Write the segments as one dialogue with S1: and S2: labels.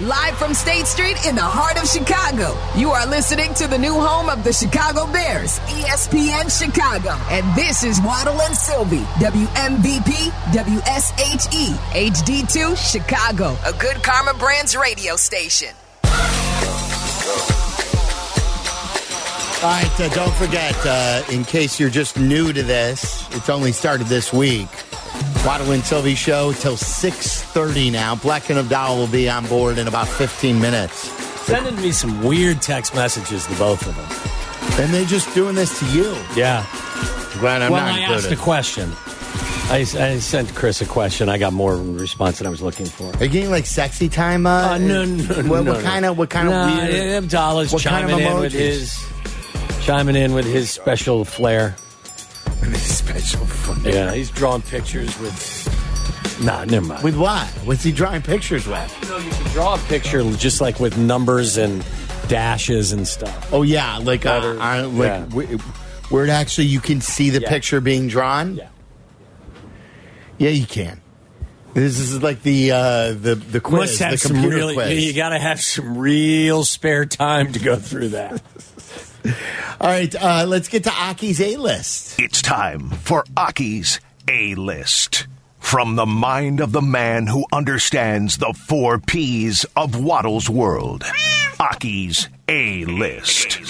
S1: Live from State Street in the heart of Chicago, you are listening to the new home of the Chicago Bears, E ESPN Chicago. And this is Waddle and Sylvie, WMVP, WSHE, HD2, Chicago, a good Karma Brands radio station.
S2: All right, uh, don't forget, uh, in case you're just new to this, it's only started this week. Waddle and Sylvie show till 6.30 now. Black and Abdal will be on board in about 15 minutes.
S3: Sending me some weird text messages to both of them.
S2: And they're just doing this to you.
S3: Yeah.
S2: I'm glad I'm
S3: well,
S2: not
S3: I asked
S2: included.
S3: a question. I, I sent Chris a question. I got more response than I was looking for.
S2: Are you getting like sexy time? Uh,
S3: Uh, no, no, no,
S2: what,
S3: no,
S2: what kind of what kind
S3: no,
S2: of weird?
S3: yeah, Abdullah's
S2: what kind of
S3: chiming in with
S2: emojis?
S3: his chiming in with his special flair.
S2: special fun.
S3: Yeah, he's drawing pictures with. Nah, never mind.
S2: With what? What's he drawing pictures with?
S3: you, know, you can draw a picture just like with numbers and dashes and stuff.
S2: Oh yeah, like uh,
S3: Letters.
S2: I, like
S3: Yeah.
S2: w- where it actually you can see the
S3: Yeah.
S2: picture being drawn. Yeah, you can. This is like the uh, the the quiz,
S3: Must have
S2: the
S3: some
S2: computer
S3: really,
S2: quiz.
S3: You got to have some real spare time to go through that.
S2: All right, uh, let's get to Aki's A list.
S4: It's time for Aki's A List. From the mind of the man who understands the four P's of Waddle's world. Aki's A List.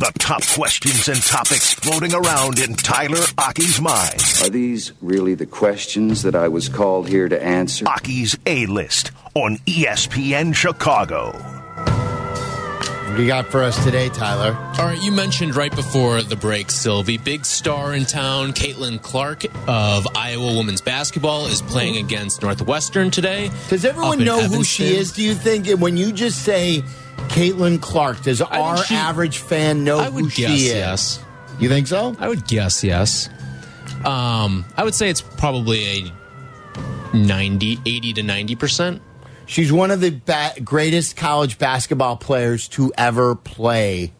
S4: The top questions and topics floating around in Tyler Aki's mind.
S5: Are these really the questions that I was called here to answer?
S4: Aki's A List on E ESPN Chicago.
S2: What do you got for us today, Tyler?
S6: All right, you mentioned right before the break, Sylvie, big star in town, Caitlin Clark of Iowa women's basketball is playing against Northwestern today.
S2: Does
S6: up
S2: everyone
S6: in
S2: know who she
S6: Evanston.
S2: is? Do you think? And when you just say Caitlin Clark, does
S6: think
S2: our
S6: she-
S2: average fan know
S6: I
S2: who
S6: would
S2: she
S6: guess
S2: is?
S6: yes.
S2: You think so?
S6: I would guess yes. Um, I would say it's probably a 90, 80 to 90%.
S2: She's one of the ba- greatest college basketball players to ever play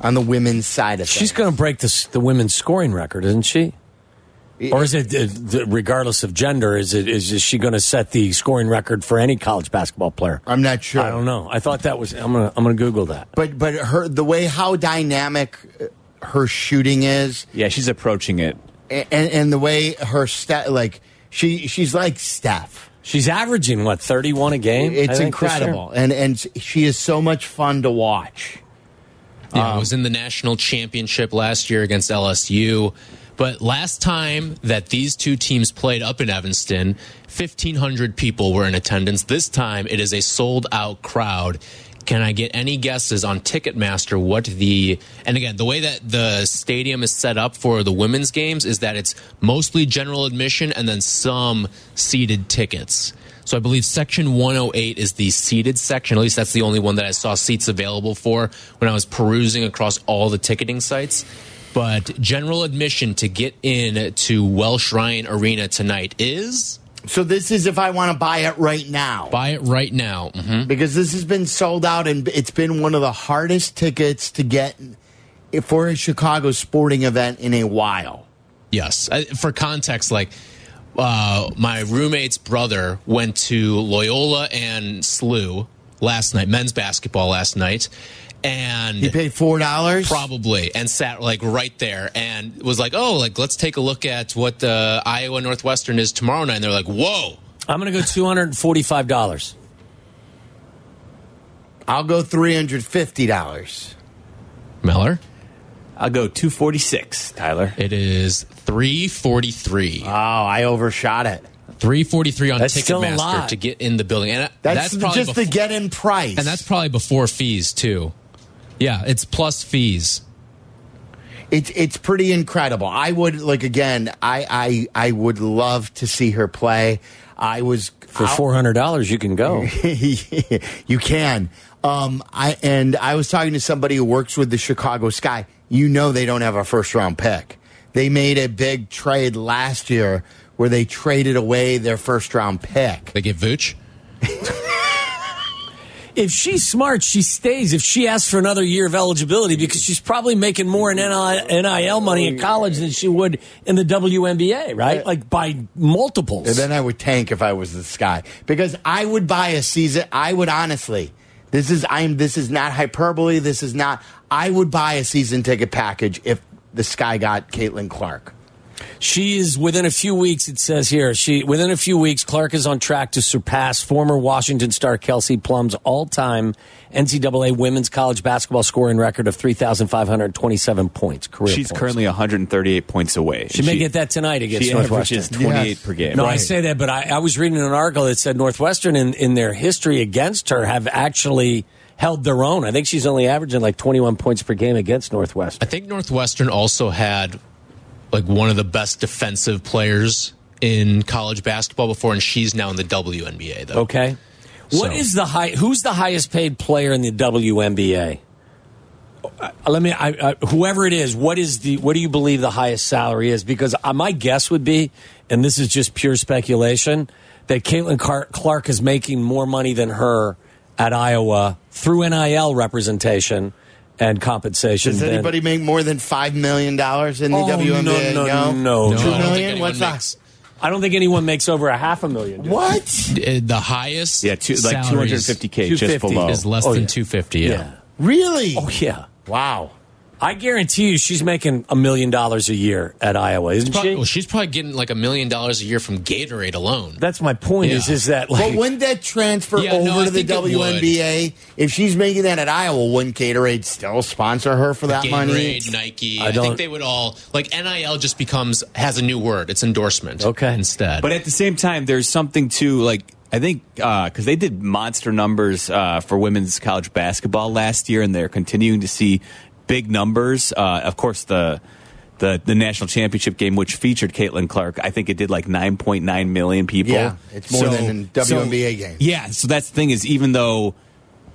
S2: on the women's side of
S3: She's
S2: things.
S3: going to break this, the women's scoring record, isn't she? Or is it, uh, th- regardless of gender, is it is she going to set the scoring record for any college basketball player?
S2: I'm not sure.
S3: I don't know. I thought that was. I'm gonna. I'm gonna Google that.
S2: But but her the way how dynamic uh, her shooting is,
S7: Yeah, she's approaching it.
S2: a- and and the way her step like she she's like Steph.
S3: She's averaging what 31 a game. I
S2: It's
S3: think, this year?
S2: incredible, and and she is so much fun to watch.
S6: Yeah, I Uh, was in the national championship last year against LSU. But last time that these two teams played up in Evanston, 1,500 people were in attendance. This time it is a sold out crowd. Can I get any guesses on Ticketmaster what the. And again, the way that the stadium is set up for the women's games is that it's mostly general admission and then some seated tickets. So I believe section 108 is the seated section. At least that's the only one that I saw seats available for when I was perusing across all the ticketing sites. But general admission to get in to Welsh Ryan Arena tonight is
S2: So this is if I want to buy it right now.
S6: buy it right now. hmm
S2: because this has been sold out and it's been one of the hardest tickets to get for a Chicago sporting event in a while.
S6: Yes. I, for context, like uh, my roommate's brother went to Loyola and SLU last night, men's basketball last night, and
S2: You paid four dollars.
S6: probably and sat like right there and was like oh like let's take a look at what the iowa northwestern is tomorrow night and they're like whoa
S3: I'm gonna go 245 dollars.
S2: I'll go three hundred fifty dollars.
S6: meller
S7: I'll go 246, Tyler.
S6: it is 343
S2: Oh, I overshot it.
S6: 343 on
S3: That's still a
S6: ticketmaster
S3: lot.
S6: to get in the building and
S2: That's,
S6: that's, probably
S2: just
S6: before,
S2: the get in price.
S6: and that's probably before fees too yeah it's plus fees
S2: it's it's pretty incredible. I would like again. I I I would love to see her play. I was
S3: For 400 dollars, you can go.
S2: you can. Um, I and I was talking to somebody who works with the Chicago Sky. You know they don't have a first round pick. They made a big trade last year where they traded away their first round pick.
S6: they get vooch
S3: if she's smart, she stays. If she asks for another year of eligibility, because she's probably making more in NIL money in college than she would in the WNBA, right? Like by multiples.
S2: And then I would tank if I was this guy because I would buy a season. I would honestly. This is I'm. This is not hyperbole. This is not. I would buy a season ticket package if the sky got Caitlin Clark.
S3: She is within a few weeks. It says here she within a few weeks. Clark is on track to surpass former Washington star Kelsey Plum's all-time NCAA women's college basketball scoring record of three thousand five hundred twenty-seven points. Career.
S7: She's
S3: points.
S7: currently 138 points away.
S3: She, may get that tonight against
S7: She
S3: Northwestern.
S7: averages 28
S2: Yes.
S7: per game.
S3: No, I say that, but I, I was reading an article that said Northwestern in, in their history against her have actually held their own. I think she's only averaging like 21 points per game against
S6: I
S3: Northwestern.
S6: think Northwestern also had like one of the best defensive players in college basketball before, and she's now in the WNBA though.
S3: Okay. What is the high? Who's the highest paid player in the WNBA? Uh, Let me. I, I, whoever it is, what is the? What do you believe the highest salary is? Because uh, my guess would be, and this is just pure speculation, that Caitlin Car- Clark is making more money than her at Iowa through NIL representation and compensation.
S2: Does
S3: than-
S2: anybody make more than five million dollars in the
S3: Oh,
S2: WNBA?
S3: no, no, no,
S2: Two
S3: no.
S6: I don't think
S2: million?
S6: anyone
S2: What's that?
S6: makes-
S3: I don't think anyone makes over a half a million. do they?
S2: What?
S6: Uh, The highest,
S7: Yeah, two, like
S6: salaries
S7: 250K just
S3: 250
S7: below.
S6: is less
S3: Oh,
S6: than
S3: yeah.
S6: two fifty. Yeah.
S2: Really?
S3: Oh yeah.
S2: Wow.
S3: I guarantee you, she's making a million dollars a year at Iowa, isn't
S6: Pro-
S3: she?
S6: well, she's probably getting like a million dollars a year from Gatorade alone.
S3: That's my point. Is
S6: Yeah.
S3: is that like
S2: But wouldn't that transfer
S6: Yeah,
S2: over
S6: no, I
S2: to the
S6: think it would.
S2: WNBA? If she's making that at Iowa, wouldn't Gatorade still sponsor her for that money?
S6: Gatorade, Oh. Nike.
S3: I
S6: I,
S3: don't-
S6: think they would all like NIL just becomes has a new word. It's endorsement.
S3: Okay.
S6: Instead,
S7: But at the same time, there's something to like. I think because they did monster numbers uh, for women's college basketball last year, and they're continuing to see big numbers. Uh, of course, the, the the national championship game, which featured Caitlin Clark, I think it did like 9.9 million people.
S2: Yeah, it's more than in WNBA games.
S7: Yeah, so that's the thing is, even though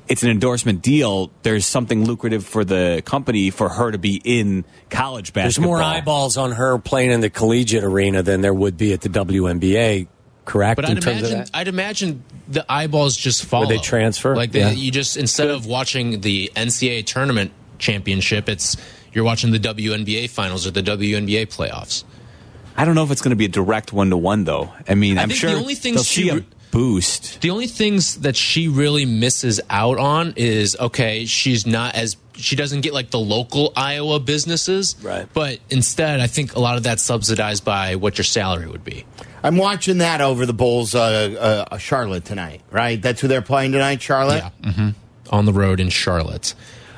S7: it's an endorsement deal, there's something lucrative for the company for her to be in college
S3: there's
S7: basketball.
S3: more eyeballs on her playing in the collegiate arena than there would be at the WNBA, correct?
S6: But
S3: in
S6: I'd
S3: terms of
S6: imagine
S3: that?
S6: I'd imagine the eyeballs just follow.
S3: they transfer?
S6: Like they,
S3: Yeah.
S6: you just instead of watching the NCAA tournament championship, it's you're watching the WNBA finals or the WNBA playoffs.
S7: I don't know if it's going to be a direct one to one though. I mean,
S6: I
S7: I'm
S6: think
S7: sure
S6: the only thing
S7: they'll
S6: she
S7: see a
S6: re-
S7: boost.
S6: The only things that she really misses out on is okay, she's not as she doesn't get like the local Iowa businesses,
S3: Right.
S6: But instead, I think a lot of that's subsidized by what your salary would be.
S2: I'm watching that over the Bulls, uh, uh, Charlotte tonight, right? That's who they're playing tonight, Charlotte.
S6: on the road in Charlotte.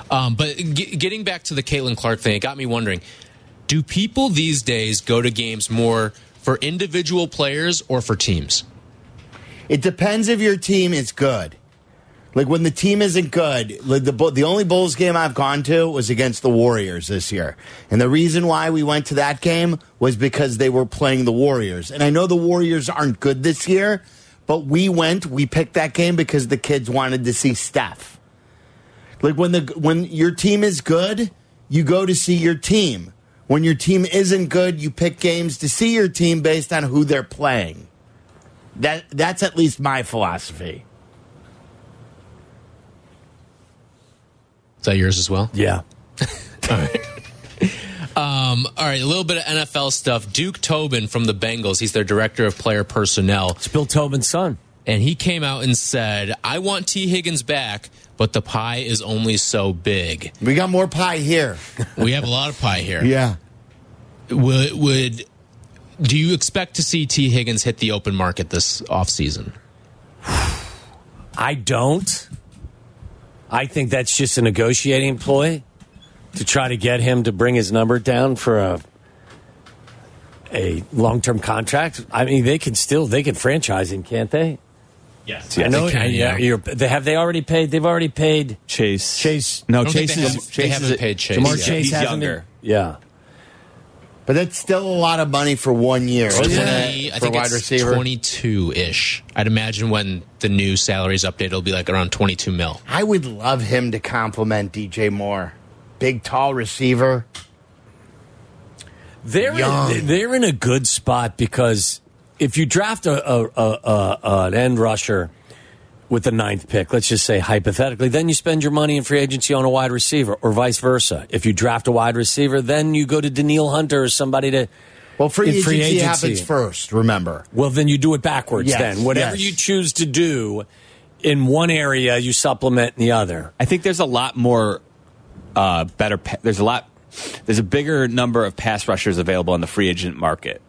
S6: Um, but g- getting back to the Caitlin Clark thing, it got me wondering: Do people these days go to games more for individual players or for teams?
S2: It depends if your team is good. Like when the team isn't good, like the Bu- the only Bulls game I've gone to was against the Warriors this year, and the reason why we went to that game was because they were playing the Warriors. And I know the Warriors aren't good this year, but we went, we picked that game because the kids wanted to see Steph. Like when the when your team is good, you go to see your team. When your team isn't good, you pick games to see your team based on who they're playing. That that's at least my philosophy.
S6: Is that yours as well?
S3: yeah.
S6: Um, all right, a little bit of NFL stuff. Duke Tobin from the Bengals, he's their director of player personnel,
S3: It's Bill Tobin's son.
S6: and he came out and said, "I want T. Higgins back, but the pie is only so big.
S2: We got more pie here.
S6: We have a lot of pie here."
S2: Yeah.
S6: would, would do you expect to see T Higgins hit the open market this offseason?
S3: I don't. I think that's just a negotiating ploy to try to get him to bring his number down for a a long term contract. I mean, they can still they can franchise him, can't they?
S6: Yes,
S3: I know. yeah, you're, they, have they already paid? They've already paid.
S7: Chase.
S3: Chase-
S7: No,
S6: don't think
S7: Chase
S6: they
S7: is.
S6: have-
S7: Chase
S6: they
S7: is-
S6: haven't paid Chase
S7: Jamar
S6: yet.
S7: Chase
S3: Chase
S7: he's
S3: hasn't been-
S7: younger.
S3: Yeah.
S2: But that's still a lot of money for one year, isn't it?
S6: I
S2: for
S6: think
S2: wide
S6: it's
S2: receiver.
S6: 22 ish. I'd imagine when the new salaries update, it'll be like around 22 mil.
S2: I would love him to compliment DJ Moore. Big tall receiver.
S3: They're
S2: Young.
S3: in, they're in a good spot because if you draft a, a, a, a an end rusher, with the ninth pick, let's just say hypothetically, then you spend your money in free agency on a wide receiver, or vice versa. If you draft a wide receiver, then you go to Daniil Hunter or somebody to.
S2: Well, free
S3: in
S2: agency, happens first. Remember,
S3: Well, then you do it backwards.
S2: Yes,
S3: then whatever
S2: yes.
S3: you choose to do in one area, you supplement in the other.
S7: I think there's a lot more uh, better. Pa- there's a lot. There's a bigger number of pass rushers available on the free agent market.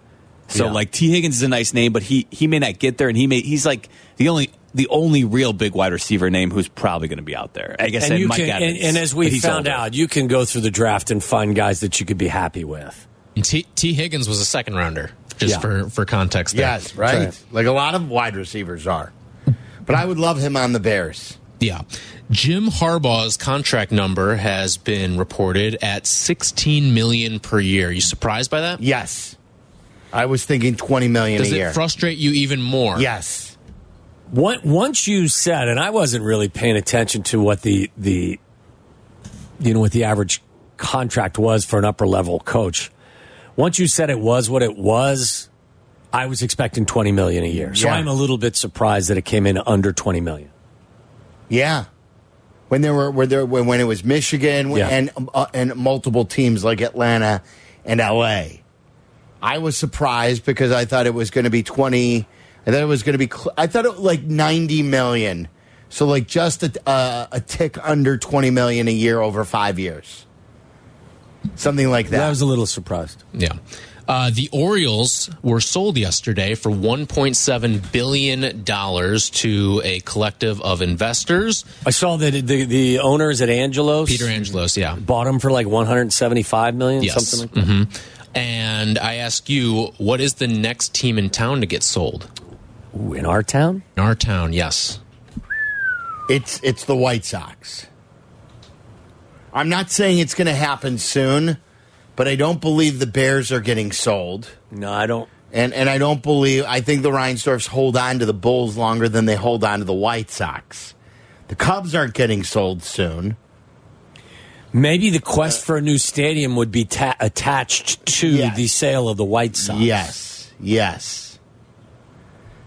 S7: So
S3: Yeah.
S7: like T Higgins is a nice name, but he he may not get there, and he may he's like the only the only real big wide receiver name who's probably going to be out there. I guess
S3: and
S7: and
S3: you
S7: Mike
S3: can, and,
S7: Evans,
S3: and as
S7: but
S3: we
S7: he's
S3: found
S7: older.
S3: out, you can go through the draft and find guys that you could be happy with.
S6: And T, T. Higgins was a second rounder, just
S3: Yeah.
S6: for, for context. There.
S2: yes, right? Like a lot of wide receivers are, but I would love him on the Bears.
S6: Yeah. Jim Harbaugh's contract number has been reported at 16 million per year. You surprised by that?
S2: Yes, I was thinking twenty million
S6: Does
S2: a
S6: it
S2: year.
S6: frustrate you even more?
S2: yes,
S3: One- Once you said, and I wasn't really paying attention to what the the you know what the average contract was for an upper level coach. Once you said it was what it was, I was expecting twenty million a year. So
S2: Yeah.
S3: I'm a little bit surprised that it came in under twenty million.
S2: yeah. When there were, were there, when, when it was Michigan
S3: Yeah.
S2: and uh, and multiple teams like Atlanta and L.A. I was surprised because I thought it was going to be twenty. I thought it was going to be. Cl- I thought it was like ninety million. So like just a, uh, a tick under twenty million a year over five years, something like that.
S3: I was a little surprised.
S6: Yeah. Uh, the Orioles were sold yesterday for $1.7 billion to a collective of investors.
S3: I saw that the the owner is at Angelos.
S6: Peter Angelos, yeah.
S3: bought him for like one hundred seventy five million,
S6: Yes.
S3: something like that.
S6: hmm And I ask you, what is the next team in town to get sold?
S3: Ooh, in our town.
S6: In our town, yes.
S2: It's it's the White Sox. I'm not saying it's going to happen soon, but I don't believe the Bears are getting sold,
S3: No, I don't.
S2: and and I don't believe I think the Reinsdorfs hold on to the Bulls longer than they hold on to the White Sox. The Cubs aren't getting sold soon.
S3: Maybe the quest for a new stadium would be ta- attached to
S2: Yes.
S3: the sale of the White Sox.
S2: Yes, yes.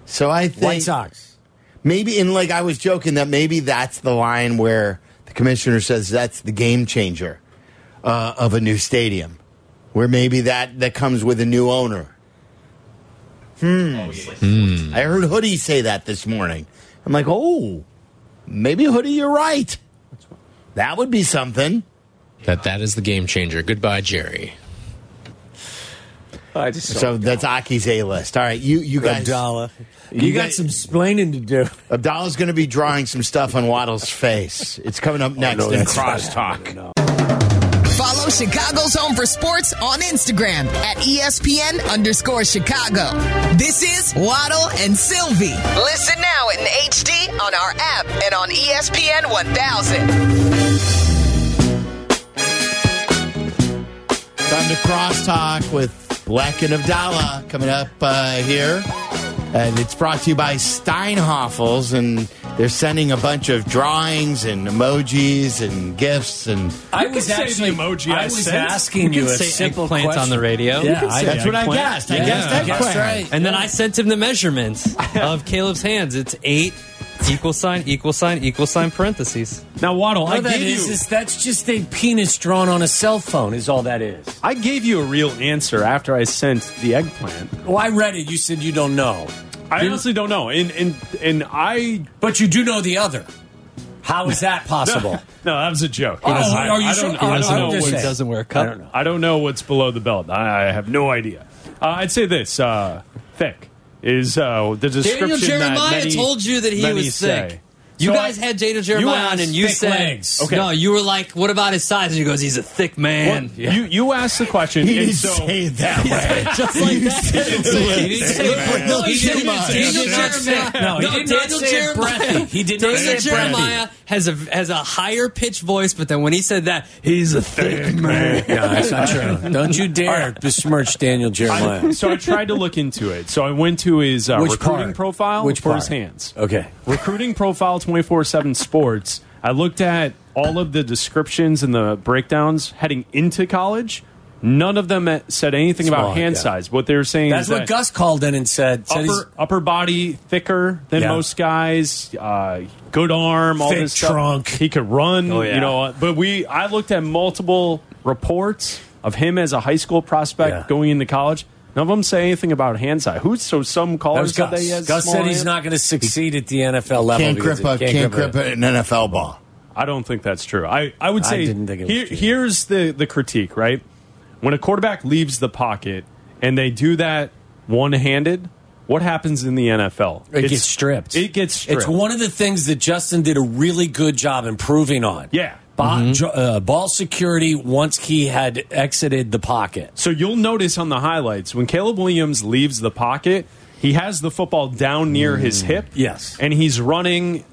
S2: So I think
S3: White Sox.
S2: maybe and like I was joking that maybe that's the line where the commissioner says that's the game changer uh, of a new stadium, where maybe that that comes with a new owner. Hmm. I heard Hoodie say that this morning. I'm like, oh, maybe Hoodie, you're right. That would be something.
S6: That that is the game changer. Goodbye, Jerry.
S7: I just
S2: So that's Aki's A list. All right, you you guys.
S3: Abdallah. You,
S2: You
S3: got,
S2: guys-
S3: some explaining to do.
S2: Abdallah's going to be drawing some stuff on Waddle's face. It's coming up next in Crosstalk.
S1: Follow Chicago's Home for Sports on Instagram at E ESPN underscore Chicago. This is Waddle and Sylvie. Listen now in HD on our app and on E ESPN 1000.
S2: Time to crosstalk with Black and Abdallah coming up uh, here. And it's brought to you by Steinhoffels, and they're sending a bunch of drawings and emojis and gifts. And
S3: I
S8: can say the emoji I
S3: I was
S8: sent.
S3: asking
S8: You
S3: you,
S8: can
S3: a
S8: say
S3: simple
S8: eggplant on
S3: question.
S8: the radio. You
S3: Yeah,
S8: can
S3: I,
S8: say
S2: that's what I
S8: eggplant.
S2: guessed. I
S8: Yeah,
S2: guessed
S8: I
S2: that
S8: guessed
S3: right.
S8: And then I sent him the measurements of Caleb's hands. It's eight equal sign, equal sign, equal sign parentheses.
S7: now Waddle,
S3: All that is, is that's just a penis drawn on a cell phone. Is all that is.
S8: I gave you a real answer after I sent the eggplant.
S3: Oh, I read it. You said you don't know,
S8: I honestly don't know, and and and I
S3: but you do know the other. How is that possible?
S8: no, that was a joke.
S3: Oh,
S8: I,
S3: are you
S8: I
S3: sure?
S8: don't,
S3: Oh,
S8: I
S3: I'm
S8: don't know
S3: just
S8: what's
S3: saying.
S9: doesn't wear a
S3: I
S9: cup.
S3: don't know.
S8: I don't know what's below the belt. I, I have no idea. Uh, I'd say this: uh, thick is uh, the description.
S9: Daniel Jeremiah
S8: that many,
S9: told you that he
S8: many
S9: was thick.
S8: say.
S9: You
S8: So
S9: guys
S8: I-
S9: had Jada Jeremiah on, and you
S3: thick
S9: said,
S3: legs.
S8: Okay.
S9: "No, you were like, what about his size?" And he goes, "He's a thick man."
S8: Well, You you asked the question, and so
S2: it that way.
S9: Just like that. He didn't say breathy. No, he didn't.
S2: Jeremiah.
S9: Daniel Jeremiah.
S3: No, he did not
S9: Daniel
S3: say
S9: Jeremiah-
S3: breathy. He did not
S9: Daniel
S3: say breathy.
S9: Jeremiah has a has a higher pitched voice, but then when he said that, he's a thick man.
S3: No, that's not true. Don't you dare besmirch Daniel Jeremiah.
S8: so I tried to look into it. So I went to his uh,
S3: Which
S8: recruiting
S3: part?
S8: profile,
S3: Which
S8: for
S3: part?
S8: his hands.
S3: Okay.
S8: Recruiting profile twenty four seven sports. I looked at all of the descriptions and the breakdowns heading into college. None of them said anything
S3: Smaller,
S8: about hand
S3: yeah.
S8: size. What they were saying
S3: That's
S8: is
S3: what
S8: that
S3: Gus called in and said. said he's-
S8: upper upper body thicker than
S3: Yeah.
S8: most guys. Uh, good arm, all
S10: Thick
S8: this stuff.
S10: trunk.
S8: He could run.
S3: Oh, yeah.
S8: You know, but we I looked at multiple reports of him as a high school prospect
S3: Yeah.
S8: going into college. None of them say anything about hand size. Who's so some
S3: that
S8: callers
S3: was
S8: said that he
S3: Gus.
S8: has
S3: Gus
S8: small
S3: said he's
S8: hands?
S3: not going to succeed at the NFL level.
S2: Can't
S3: because
S2: grip a
S3: he
S2: can't grip an NFL ball.
S8: I don't think that's true. I, I would
S3: I
S8: say
S3: didn't think it was
S8: here-
S3: true.
S8: here's the, the critique, right? When a quarterback leaves the pocket and they do that one handed, what happens in the NFL?
S3: It
S8: It's-
S3: gets stripped.
S8: It gets stripped.
S3: It's one of the things that Justin did a really good job improving on.
S8: Yeah.
S3: Ba- jo- uh, ball security once he had exited the pocket.
S8: So you'll notice on the highlights when Caleb Williams leaves the pocket, he has the football down near his hip.
S3: Mm. yes.
S8: And he's running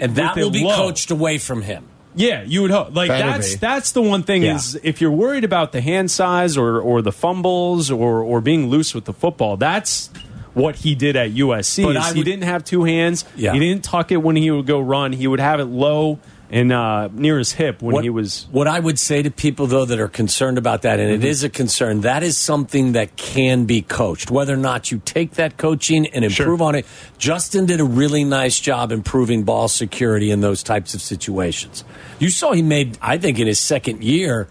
S3: And that
S8: With it
S3: will be
S8: low.
S3: coached away from him.
S8: Yeah, you would hope. Like
S2: Better
S8: that's
S2: be.
S8: that's the one thing
S3: Yeah.
S8: is if you're worried about the hand size or or the fumbles or or being loose with the football, that's what he did at USC.
S3: But
S8: is
S3: I
S8: he
S3: would-
S8: didn't have two hands.
S3: Yeah.
S8: He didn't tuck it when he would go run. He would have it low and uh, near his hip when he was. Mm-hmm.
S3: what I would say to people though that are concerned about that, and it is a concern, that is something that can be coached. Whether or not you take that coaching and improve on it, Justin did a really nice job improving ball security in those types of situations. You saw he made, I think, in his second year,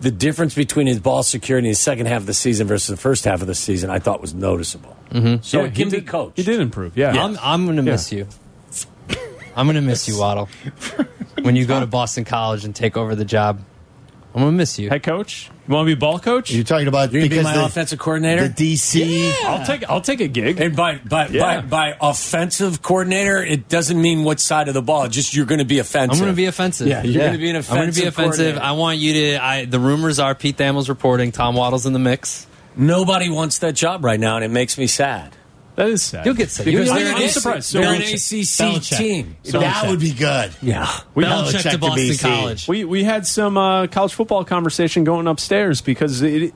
S3: the difference between his ball security in the second half of the season versus the first half of the season, I thought was noticeable. So
S8: Mm-hmm. Yeah,
S3: it
S8: he
S3: can be
S8: did-
S3: coached.
S8: He did improve. Yeah.
S10: I'm, I'm going to miss you. I'm going to miss you, Waddle. When you go to Boston College and take over the job, I'm going to miss you.
S8: Head coach, you want to be ball coach?
S2: You're talking about
S3: You're gonna be
S2: because
S3: my
S2: the,
S3: offensive coordinator.
S2: the DC.
S8: I'll take I'll take a gig.
S3: And by by,
S8: Yeah.
S3: by by offensive coordinator, it doesn't mean what side of the ball. Just you're going to be offensive.
S10: I'm going to be offensive.
S3: Yeah, you're gonna be an
S10: I'm going to be
S3: offensive
S10: offensive.
S3: coordinator.
S10: I want you to. I, the rumors are Pete Thamel's reporting. Tom Waddle's in the mix.
S3: Nobody wants that job right now, and it makes me sad.
S8: that is sad.
S10: You'll get sick.
S3: Because
S10: You'll get
S8: I'm-
S3: they're
S10: sick.
S8: I'm
S3: an-
S8: surprised. So
S3: They're an
S8: Belichick.
S3: ACC
S10: Belichick.
S3: team.
S2: that
S10: Belichick.
S2: would be good.
S3: Yeah.
S2: We
S10: Belichick to Boston College.
S8: We we had some uh, college football conversation going upstairs because it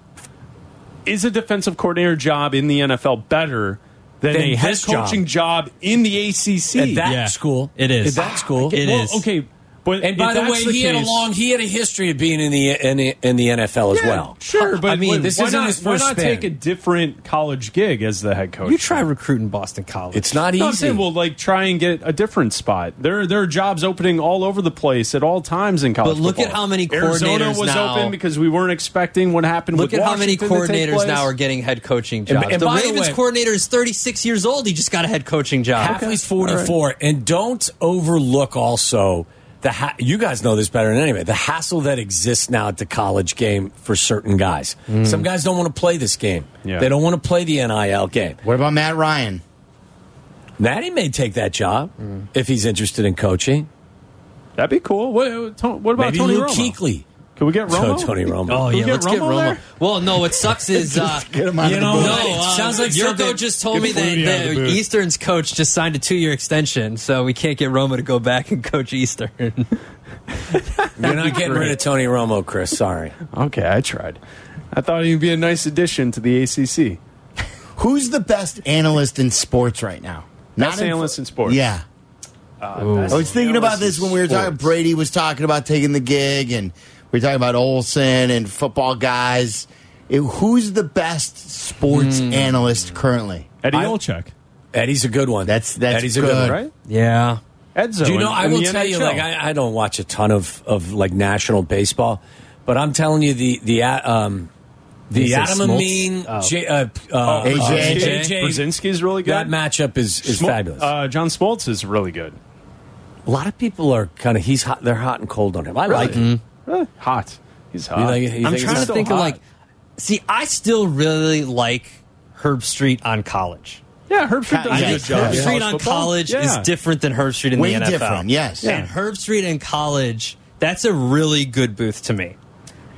S8: is a defensive coordinator job in the NFL better than
S3: Than
S8: a head
S3: this job.
S8: coaching job. in the ACC.
S3: At that
S10: Yeah.
S3: school.
S10: It is.
S3: At that school.
S10: It
S8: well,
S10: is.
S8: okay, but
S3: And by
S8: if
S3: the
S8: that's
S3: way, he had a
S8: case-
S3: long, he had a history of being in the in the, in the NFL as
S8: Yeah,
S3: well.
S8: Sure, but
S10: I mean,
S8: why-
S10: this
S8: why
S10: isn't
S8: not,
S10: his
S8: why
S10: first
S8: not
S10: span.
S8: take a different college gig as the head coach?
S10: You try recruiting Boston College.
S3: It's not easy.
S8: No, I'm saying we'll like try and get a different spot. There, there are jobs opening all over the place at all times in college.
S10: But look at
S8: football.
S10: how many
S8: Arizona
S10: coordinators
S8: was
S10: now-
S8: open because we weren't expecting what happened.
S10: Look
S8: with
S10: at how many
S8: Washington to take
S10: coordinators now
S8: place.
S10: are getting head coaching jobs.
S3: and
S10: the
S3: by the
S10: Ravens
S3: way-
S10: coordinator is 36 years old. He just got a head coaching job.
S3: Halfley's 44. And don't overlook also the ha- you guys know this better than anybody the hassle that exists now at the college game for certain guys. Some guys don't want to play this game.
S8: Mm. Yeah.
S3: They don't want to play the NIL game.
S2: What about Matt Ryan?
S3: Natty may take that job
S8: Mm.
S3: if he's interested in coaching.
S8: That'd be cool. What, what about
S3: Maybe
S8: Tony
S3: Luke
S8: Romo?
S3: Keekley.
S8: Can we get Romo?
S3: Tony Romo.
S10: Oh
S8: Can we
S10: yeah, let's get Romo.
S8: there?
S10: Well, no, what sucks is uh,
S2: Get him out
S3: You
S2: of the
S3: know
S2: booth.
S10: no.
S3: what? It
S10: uh,
S3: sounds like something-
S10: Yurko just told me that,
S2: Flutie out of
S10: that
S2: the booth.
S10: Eastern's coach just signed a two-year extension, so we can't get Roma to go back and coach Eastern.
S3: You're not getting rid of Tony Romo, Chris. Sorry.
S8: Okay, I tried. I thought he'd be a nice addition to the ACC.
S2: Who's the best analyst in sports right now?
S8: Best analyst in sports.
S2: Yeah. I was thinking about this when we were talking. Brady was talking about taking the gig, and we were talking about Olson and football guys. It- who's the best sports
S10: Hmm.
S2: analyst currently?
S8: Eddie
S3: I-
S8: Olchek.
S3: Eddie's a good one.
S2: That's- that's
S3: Eddie's a good one.
S2: good.
S8: Right?
S10: yeah,
S8: Edzo.
S3: Do you know?
S8: in-
S3: I
S8: in
S3: will
S8: the
S3: tell you,
S8: NHL.
S3: like, I, I don't watch a ton of, of like national baseball, but I'm telling you, the the uh, um,
S10: Is
S3: the
S10: it
S3: Adam
S10: Smoltz? Oh.
S3: Amin, J, uh,
S8: Oh,
S3: uh,
S2: AJ.
S3: uh,
S8: Brzezinski-
S3: AJ.
S8: Brzezinski's really good.
S3: that matchup is is
S8: Smol-
S3: fabulous.
S8: Uh, John Smoltz is really good.
S3: a lot of people are kind of he's hot. They're hot and cold on him. I like him.
S8: Really? Hot. He's hot.
S3: You like- you
S10: I'm
S3: think
S10: trying
S3: it's
S10: to
S3: still
S10: think of
S3: hot?
S10: like. See, I still really like Herb Street on college.
S8: yeah, Herb Street
S2: Yeah,
S8: does a good
S2: it's
S8: job.
S10: Herb
S8: in
S10: Street on
S8: football.
S10: college is
S8: Yeah.
S10: different than Herb Street in
S2: Way
S10: the NFL.
S2: different, yes. Yeah.
S10: And Herb Street in college, Mm-hmm. that's a really good booth to me.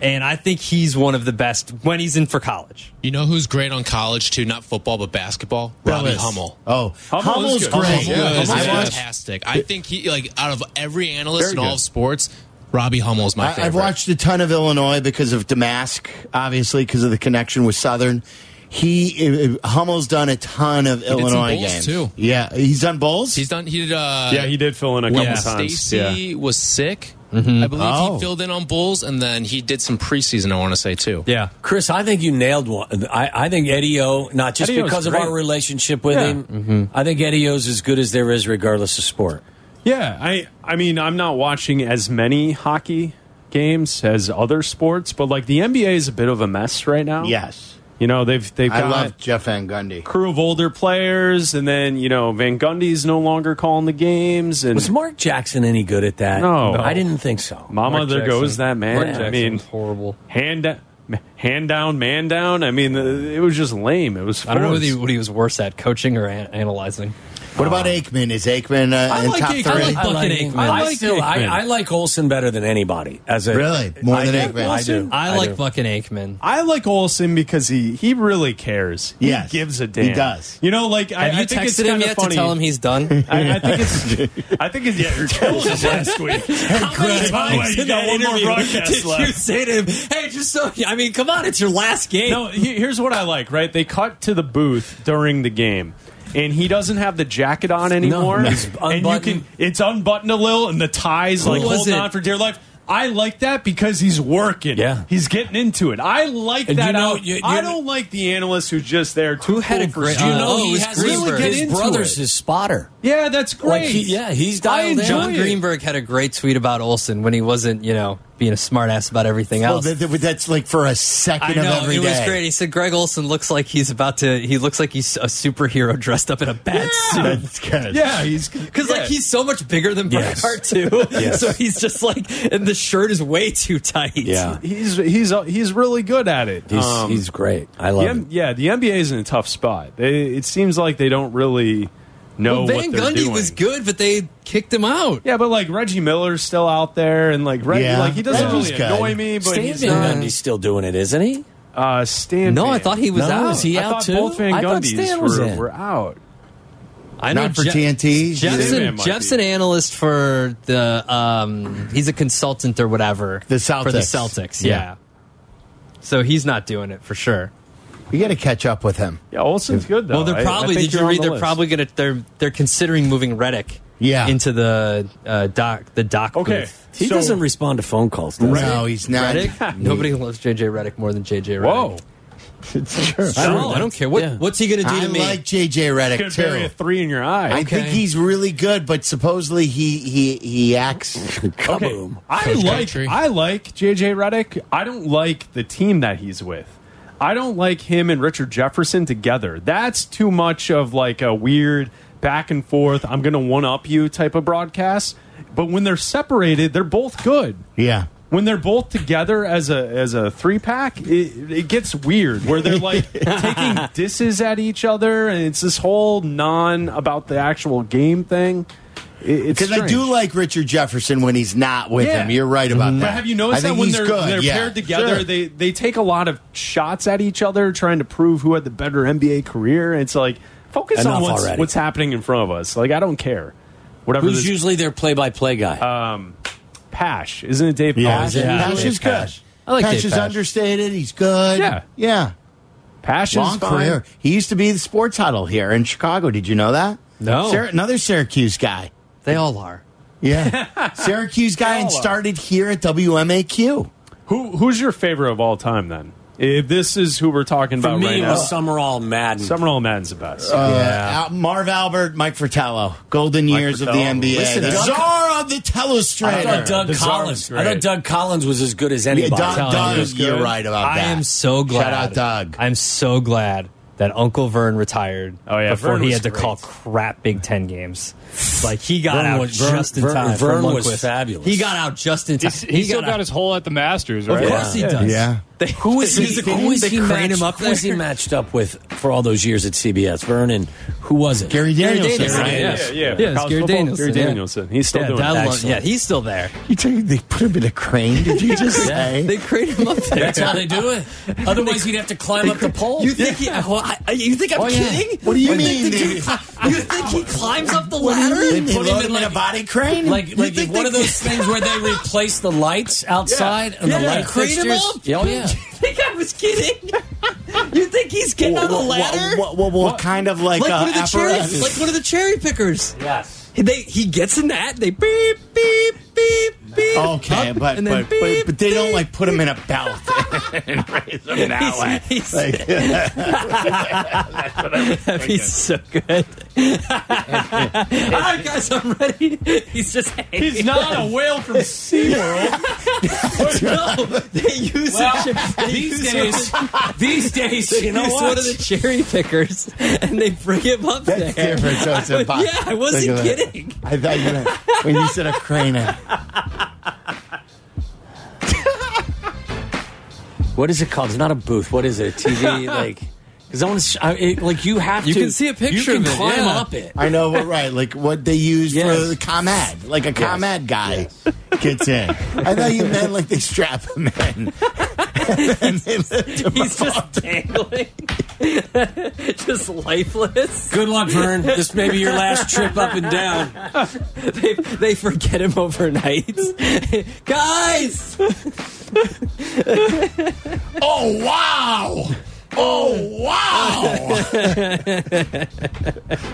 S10: And I think he's one of the best when he's in for college.
S6: You know who's great on college too? Not football, but basketball. Robbie
S2: Bellis.
S6: Hummel.
S2: Oh,
S8: Hummel is
S2: Hummel's
S8: good.
S2: great.
S8: Hummel Yeah,
S6: is
S2: I watched-
S6: fantastic. I think he like out of every analyst
S8: Very
S6: in all
S8: good.
S6: of sports, Robbie Hummel is my
S2: I,
S6: favorite.
S2: I've watched a ton of Illinois because of Damask, obviously because of the connection with Southern. He uh, Hummel's done a ton of
S6: some
S2: Illinois
S6: bowls,
S2: games
S6: too.
S2: Yeah, he's done bowls.
S6: He's done. He did. Uh,
S8: Yeah, he did fill in a couple
S6: When
S8: times.
S6: Stacy
S8: Yeah.
S6: was sick, I believe he filled in on Bulls, and then he did some preseason. I want to say too.
S7: Yeah, Chris, I think you nailed one. I, I think Eddie O, not just
S8: Eddie O's
S7: because of
S8: great.
S7: our relationship with
S8: Yeah.
S7: him,
S10: Mm-hmm.
S7: I think Eddie O's as good as there is, regardless of sport.
S8: Yeah, I I mean, I'm not watching as many hockey games as other sports, but like the NBA is a bit of a mess right now.
S2: Yes.
S8: You know, they've they've
S2: I
S8: got
S2: love Jeff Van Gundy.
S8: crew of older players and then, you know, Van Gundy's no longer calling the games and
S7: Was Mark Jackson any good at that?
S8: No.
S7: I didn't think so.
S8: Mama
S3: Mark
S8: there
S3: Jackson.
S8: goes that man.
S3: Mark
S8: I
S3: Jackson
S8: mean,
S3: was horrible.
S8: hand da- hand down, man down. I mean, uh, it was just lame. It was
S3: I don't know
S8: forced.
S3: whether he, what he was worse at, coaching or an- analyzing.
S2: What about Aikman? Is Aikman uh, in top
S11: Aikman.
S2: three?
S11: I like- Bucket
S7: him.
S11: Aikman.
S7: I
S11: I like
S7: still, I,
S8: Aikman.
S7: I like Olson better than anybody. As a
S2: Really? More
S7: I-
S2: than
S7: yeah,
S2: Aikman.
S7: I do.
S3: I, like
S7: do.
S3: fucking Aikman.
S8: I like Olson because he he really cares.
S2: Yes,
S8: he gives a damn.
S2: he does.
S8: You know, like I,
S3: Have
S8: I
S3: you
S8: think it's
S3: texted him
S8: kinda
S3: yet
S8: funny.
S3: to tell him he's done?
S8: I, I think it's. I think it's. Yeah, you're killing us last week.
S11: How many
S8: Wait,
S11: times
S8: you
S11: in
S8: got
S11: that
S8: one more
S11: interview
S8: broadcast
S11: did you
S8: left.
S11: say to him, "Hey, just so I mean, come on, it's your last game."
S8: No, he- here's what I like. Right, they cut to the booth during the game. And he doesn't have the jacket on anymore.
S7: he's
S8: and you
S7: unbuttoned.
S8: can it's unbuttoned a little and the tie's like
S11: was
S8: holding
S11: it?
S8: on for dear life. I like that because he's working.
S7: Yeah.
S8: He's getting into it. I like
S7: And
S8: that
S7: you know-
S8: out.
S7: you- you
S8: I
S7: know-
S8: don't like the analyst who's just there to
S3: Who had
S8: pull
S3: a
S8: for
S3: great-
S8: string.
S7: You know,
S3: Oh, it
S7: he
S3: was
S7: has
S3: Greenberg.
S7: really his
S8: Get into
S7: brother's
S8: it.
S7: his spotter.
S8: Yeah, that's great.
S7: Like he, yeah, he's dialed
S8: enjoy
S7: in.
S3: John Greenberg had a great tweet about Olson when he wasn't, you know, being a smartass about everything
S2: Well,
S3: else.
S2: that, that- that's like for a second
S3: I know
S2: of every
S3: it was
S2: day.
S3: great. He said Greg Olson looks like he's about to. He looks like he's a superhero dressed up in a bat suit.
S2: That's good.
S8: Yeah, he's
S3: Because
S8: yeah.
S3: like he's so much bigger than
S7: Yes.
S3: Burkhart too, so he's just like, and the shirt is way too tight.
S7: Yeah,
S8: he's he's uh, he's really good at it.
S7: he's,
S8: Um,
S7: he's great. I love
S8: the
S7: him.
S8: M- yeah, the NBA is in a tough spot. They, it seems like they don't really know
S3: Well, Van
S8: what they're
S3: Gundy
S8: doing.
S3: was good, but they kicked him out.
S8: Yeah, but like Reggie Miller's still out there, and like Reggie,
S2: Yeah.
S8: like he doesn't
S2: Reggie's
S8: really
S2: good.
S8: annoy me, but
S7: Stan
S8: he's
S7: Van
S8: not.
S7: Gundy's still doing it, isn't he?
S8: Uh, Stan,
S3: No,
S8: Van.
S3: I thought he was
S7: No,
S3: out.
S7: is he
S8: I
S7: out
S8: thought
S7: too?
S8: both Van
S7: I thought
S8: Gundys
S7: Stan was
S8: were,
S7: in.
S8: were out.
S3: I know
S2: Not for
S3: Je-
S2: TNT.
S3: Jeff's,
S8: Sandman
S3: an,
S8: might
S3: Jeff's
S8: be.
S3: an analyst for the. Um, he's a consultant or whatever.
S2: The
S3: for the
S2: Celtics.
S3: Celtics.
S2: Yeah.
S3: Yeah. So he's not doing it for sure.
S2: You got to catch up with him.
S8: Yeah, Olson's good though.
S3: well,
S8: I-
S3: they're
S8: I
S3: probably.
S8: think
S3: did you
S8: you're on
S3: read?
S8: the
S3: They're
S8: list.
S3: probably gonna. They're they're considering moving Reddick.
S2: Yeah.
S3: Into the uh, doc. The doc.
S8: okay.
S3: Booth.
S7: He
S8: so-
S7: doesn't respond to phone calls. Does he?
S2: No, he's not.
S3: Reddick. Nobody loves JJ Reddick more than JJ Reddick.
S8: Whoa,
S2: It's true.
S3: I don't, I don't care what
S7: Yeah.
S3: what's he going to do
S2: I
S3: to me.
S2: like JJ
S8: gonna
S2: Redick
S8: bury a
S2: too.
S8: three in your eye.
S2: I think
S3: Okay.
S2: he's really good, but supposedly he he he acts.
S7: Kaboom.
S8: I
S6: Coach
S8: like
S6: Crabtree.
S8: I like JJ Redick. I don't like the team that he's with. I don't like him and Richard Jefferson together. That's too much of like a weird back and forth. I'm going to one up you type of broadcast. But when they're separated, they're both good.
S2: Yeah.
S8: When they're both together as a as a three pack, it, it gets weird where they're like taking disses at each other, and it's this whole non about the actual game thing. It- it's
S2: Because I do
S8: strange.
S2: like Richard Jefferson when he's not with
S8: Yeah.
S2: him. You're right about that.
S8: But have you noticed
S2: I think
S8: that when
S2: he's
S8: they're,
S2: good,
S8: they're
S2: yeah.
S8: paired together,
S2: Mm-hmm. Sure.
S8: they, they take a lot of shots at each other, trying to prove who had the better NBA career. It's like focus
S7: Enough
S8: on what's,
S7: already.
S8: what's happening in front of us. Like I don't care. Whatever
S7: Who's
S8: this
S7: usually their play-by-play guy?
S8: Uh, Pash isn't Oh, it Dave
S2: Yeah,
S8: Pash?
S2: Pash,
S7: Yeah.
S2: Pash is good.
S3: I like
S2: Pash
S3: Dave
S2: is
S3: Pash.
S2: understated. He's good.
S8: Yeah.
S2: Yeah.
S8: Pash is
S2: Long
S8: fine.
S2: career. He used to be the sports huddle here in Chicago. Did you know that?
S3: No.
S2: Syra- another Syracuse guy.
S3: they all are.
S2: Yeah. Syracuse guy and
S8: Hello.
S2: started here at WMAQ.
S8: Who who's your favorite of all time then? If this is who we're talking
S7: For
S8: about
S7: me,
S8: right
S7: it
S8: now,
S7: was Summerall Madden.
S8: Summerall Madden's the best.
S2: Uh, Yeah. Marv Albert, Mike Fratello. Golden years
S8: Fratello.
S2: of the NBA.
S7: Listen,
S2: the
S7: Doug-
S2: czar of the telestrator.
S7: I thought Doug
S8: The czar
S7: Collins.
S8: was
S7: I thought
S8: great.
S7: Doug Collins was as good as
S2: Yeah,
S7: anybody.
S2: Doug,
S3: telling
S2: Doug,
S3: you,
S8: it's good.
S2: you're right about
S3: I
S2: that.
S3: am so glad.
S2: Shout out Doug.
S3: I'm so glad that Uncle Vern retired.
S8: Oh, yeah,
S3: before
S8: Vern
S3: he
S8: was
S3: had to
S8: great.
S3: call crap Big Ten games. Like he got
S7: Vern
S3: out
S7: was- Vern-
S3: just in
S7: Vern-
S3: time. for
S7: Vern was
S3: Lundqvist.
S7: fabulous.
S3: He got out just in time.
S12: He's, he still
S3: got
S12: got
S3: out-
S12: his hole at the Masters,
S3: Of
S12: right?
S3: course he does.
S2: Yeah.
S3: They,
S7: Who is he? Who is
S3: they
S7: he,
S3: crane
S7: matched,
S3: him up
S7: who is he
S3: there?
S7: matched up with for all those years at CBS? Vernon. Who was it?
S2: Gary Danielson,
S3: Danielson,
S2: right?
S3: yeah.
S8: yeah, yeah.
S3: Yeah, it's
S8: College
S3: Gary
S8: football,
S3: Danielson,
S8: Gary
S3: yeah.
S8: Danielson. He's still
S3: Yeah,
S8: doing
S3: that
S8: it.
S3: lo-
S7: Excellent.
S3: yeah, he's still there.
S2: You tell you they put him in a crane? Did you just say?
S3: They crane him up there.
S7: That's how they do it. Otherwise, you'd have to climb up the pole.
S3: You think he? Well, I, I- you think I'm kidding?
S2: What do you
S3: You think
S2: mean?
S3: the
S2: They,
S3: dude cli- you think he climbs up the ladder?
S2: they put
S3: Put him
S2: him in a body crane?
S7: Like, like
S3: think
S7: one
S3: they-
S7: of those things where they replace the lights outside and the
S3: Yeah,
S7: light
S3: crane 'em
S7: fixtures.
S3: up.
S7: Yeah, Oh yeah.
S3: You think I was kidding? You think he's getting on the ladder?
S2: What, what, what, kind of like,
S3: Like
S2: uh,
S3: one of the cherry,
S2: apparatus?
S3: like one of the cherry pickers.
S7: Yes.
S3: They he gets in that. They beep beep beep beep.
S2: Okay,
S10: Up,
S2: but
S10: and then
S2: but, but, but they don't like put him in a belt and raise him that
S10: He's-
S2: way.
S10: he's-
S2: Like,
S9: That'd be so good. All right, guys, I'm ready. He's just
S8: He's not a whale from SeaWorld.
S9: no. They use a,
S3: Well,
S9: cha- they
S3: these
S9: use
S3: days-
S9: one of the-
S3: These days,
S9: They
S3: you know
S9: use
S3: what?
S9: one of the cherry pickers, and they bring him up
S2: that's
S9: there.
S2: different. So it's
S9: I would-
S2: impossible.
S9: yeah, I
S2: Look
S9: wasn't
S2: at that.
S9: kidding.
S2: I thought you meant when you said a crane.
S3: What is it called? It's not a booth. What is it? A TV? like, because I want to. I, it, like, you have
S9: You
S3: to.
S9: can see a picture
S3: You can
S9: of it,
S3: climb
S9: yeah.
S3: up it.
S2: I know, but right, like what they use
S3: Yes.
S2: for ComEd, like a ComEd guy gets in. I thought you meant like they strap him in. And they lift him
S9: He's just
S2: up.
S9: dangling, just lifeless.
S3: Good luck, Vern. This may be your last trip up and down.
S9: They, they forget him overnight. guys,
S2: Oh wow! Oh wow!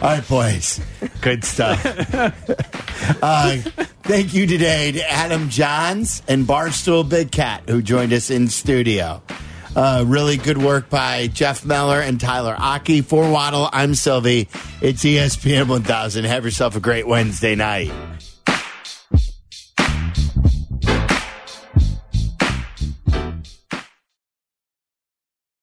S2: All right, boys. Good stuff. Uh, thank you today to Adam Johns and Barstool Big Cat who joined us in studio. Uh, really good work by Jeff Meller and Tyler Aki. E For Waddle, I'm Sylvie. It's ESPN 1000. Have yourself a great Wednesday night.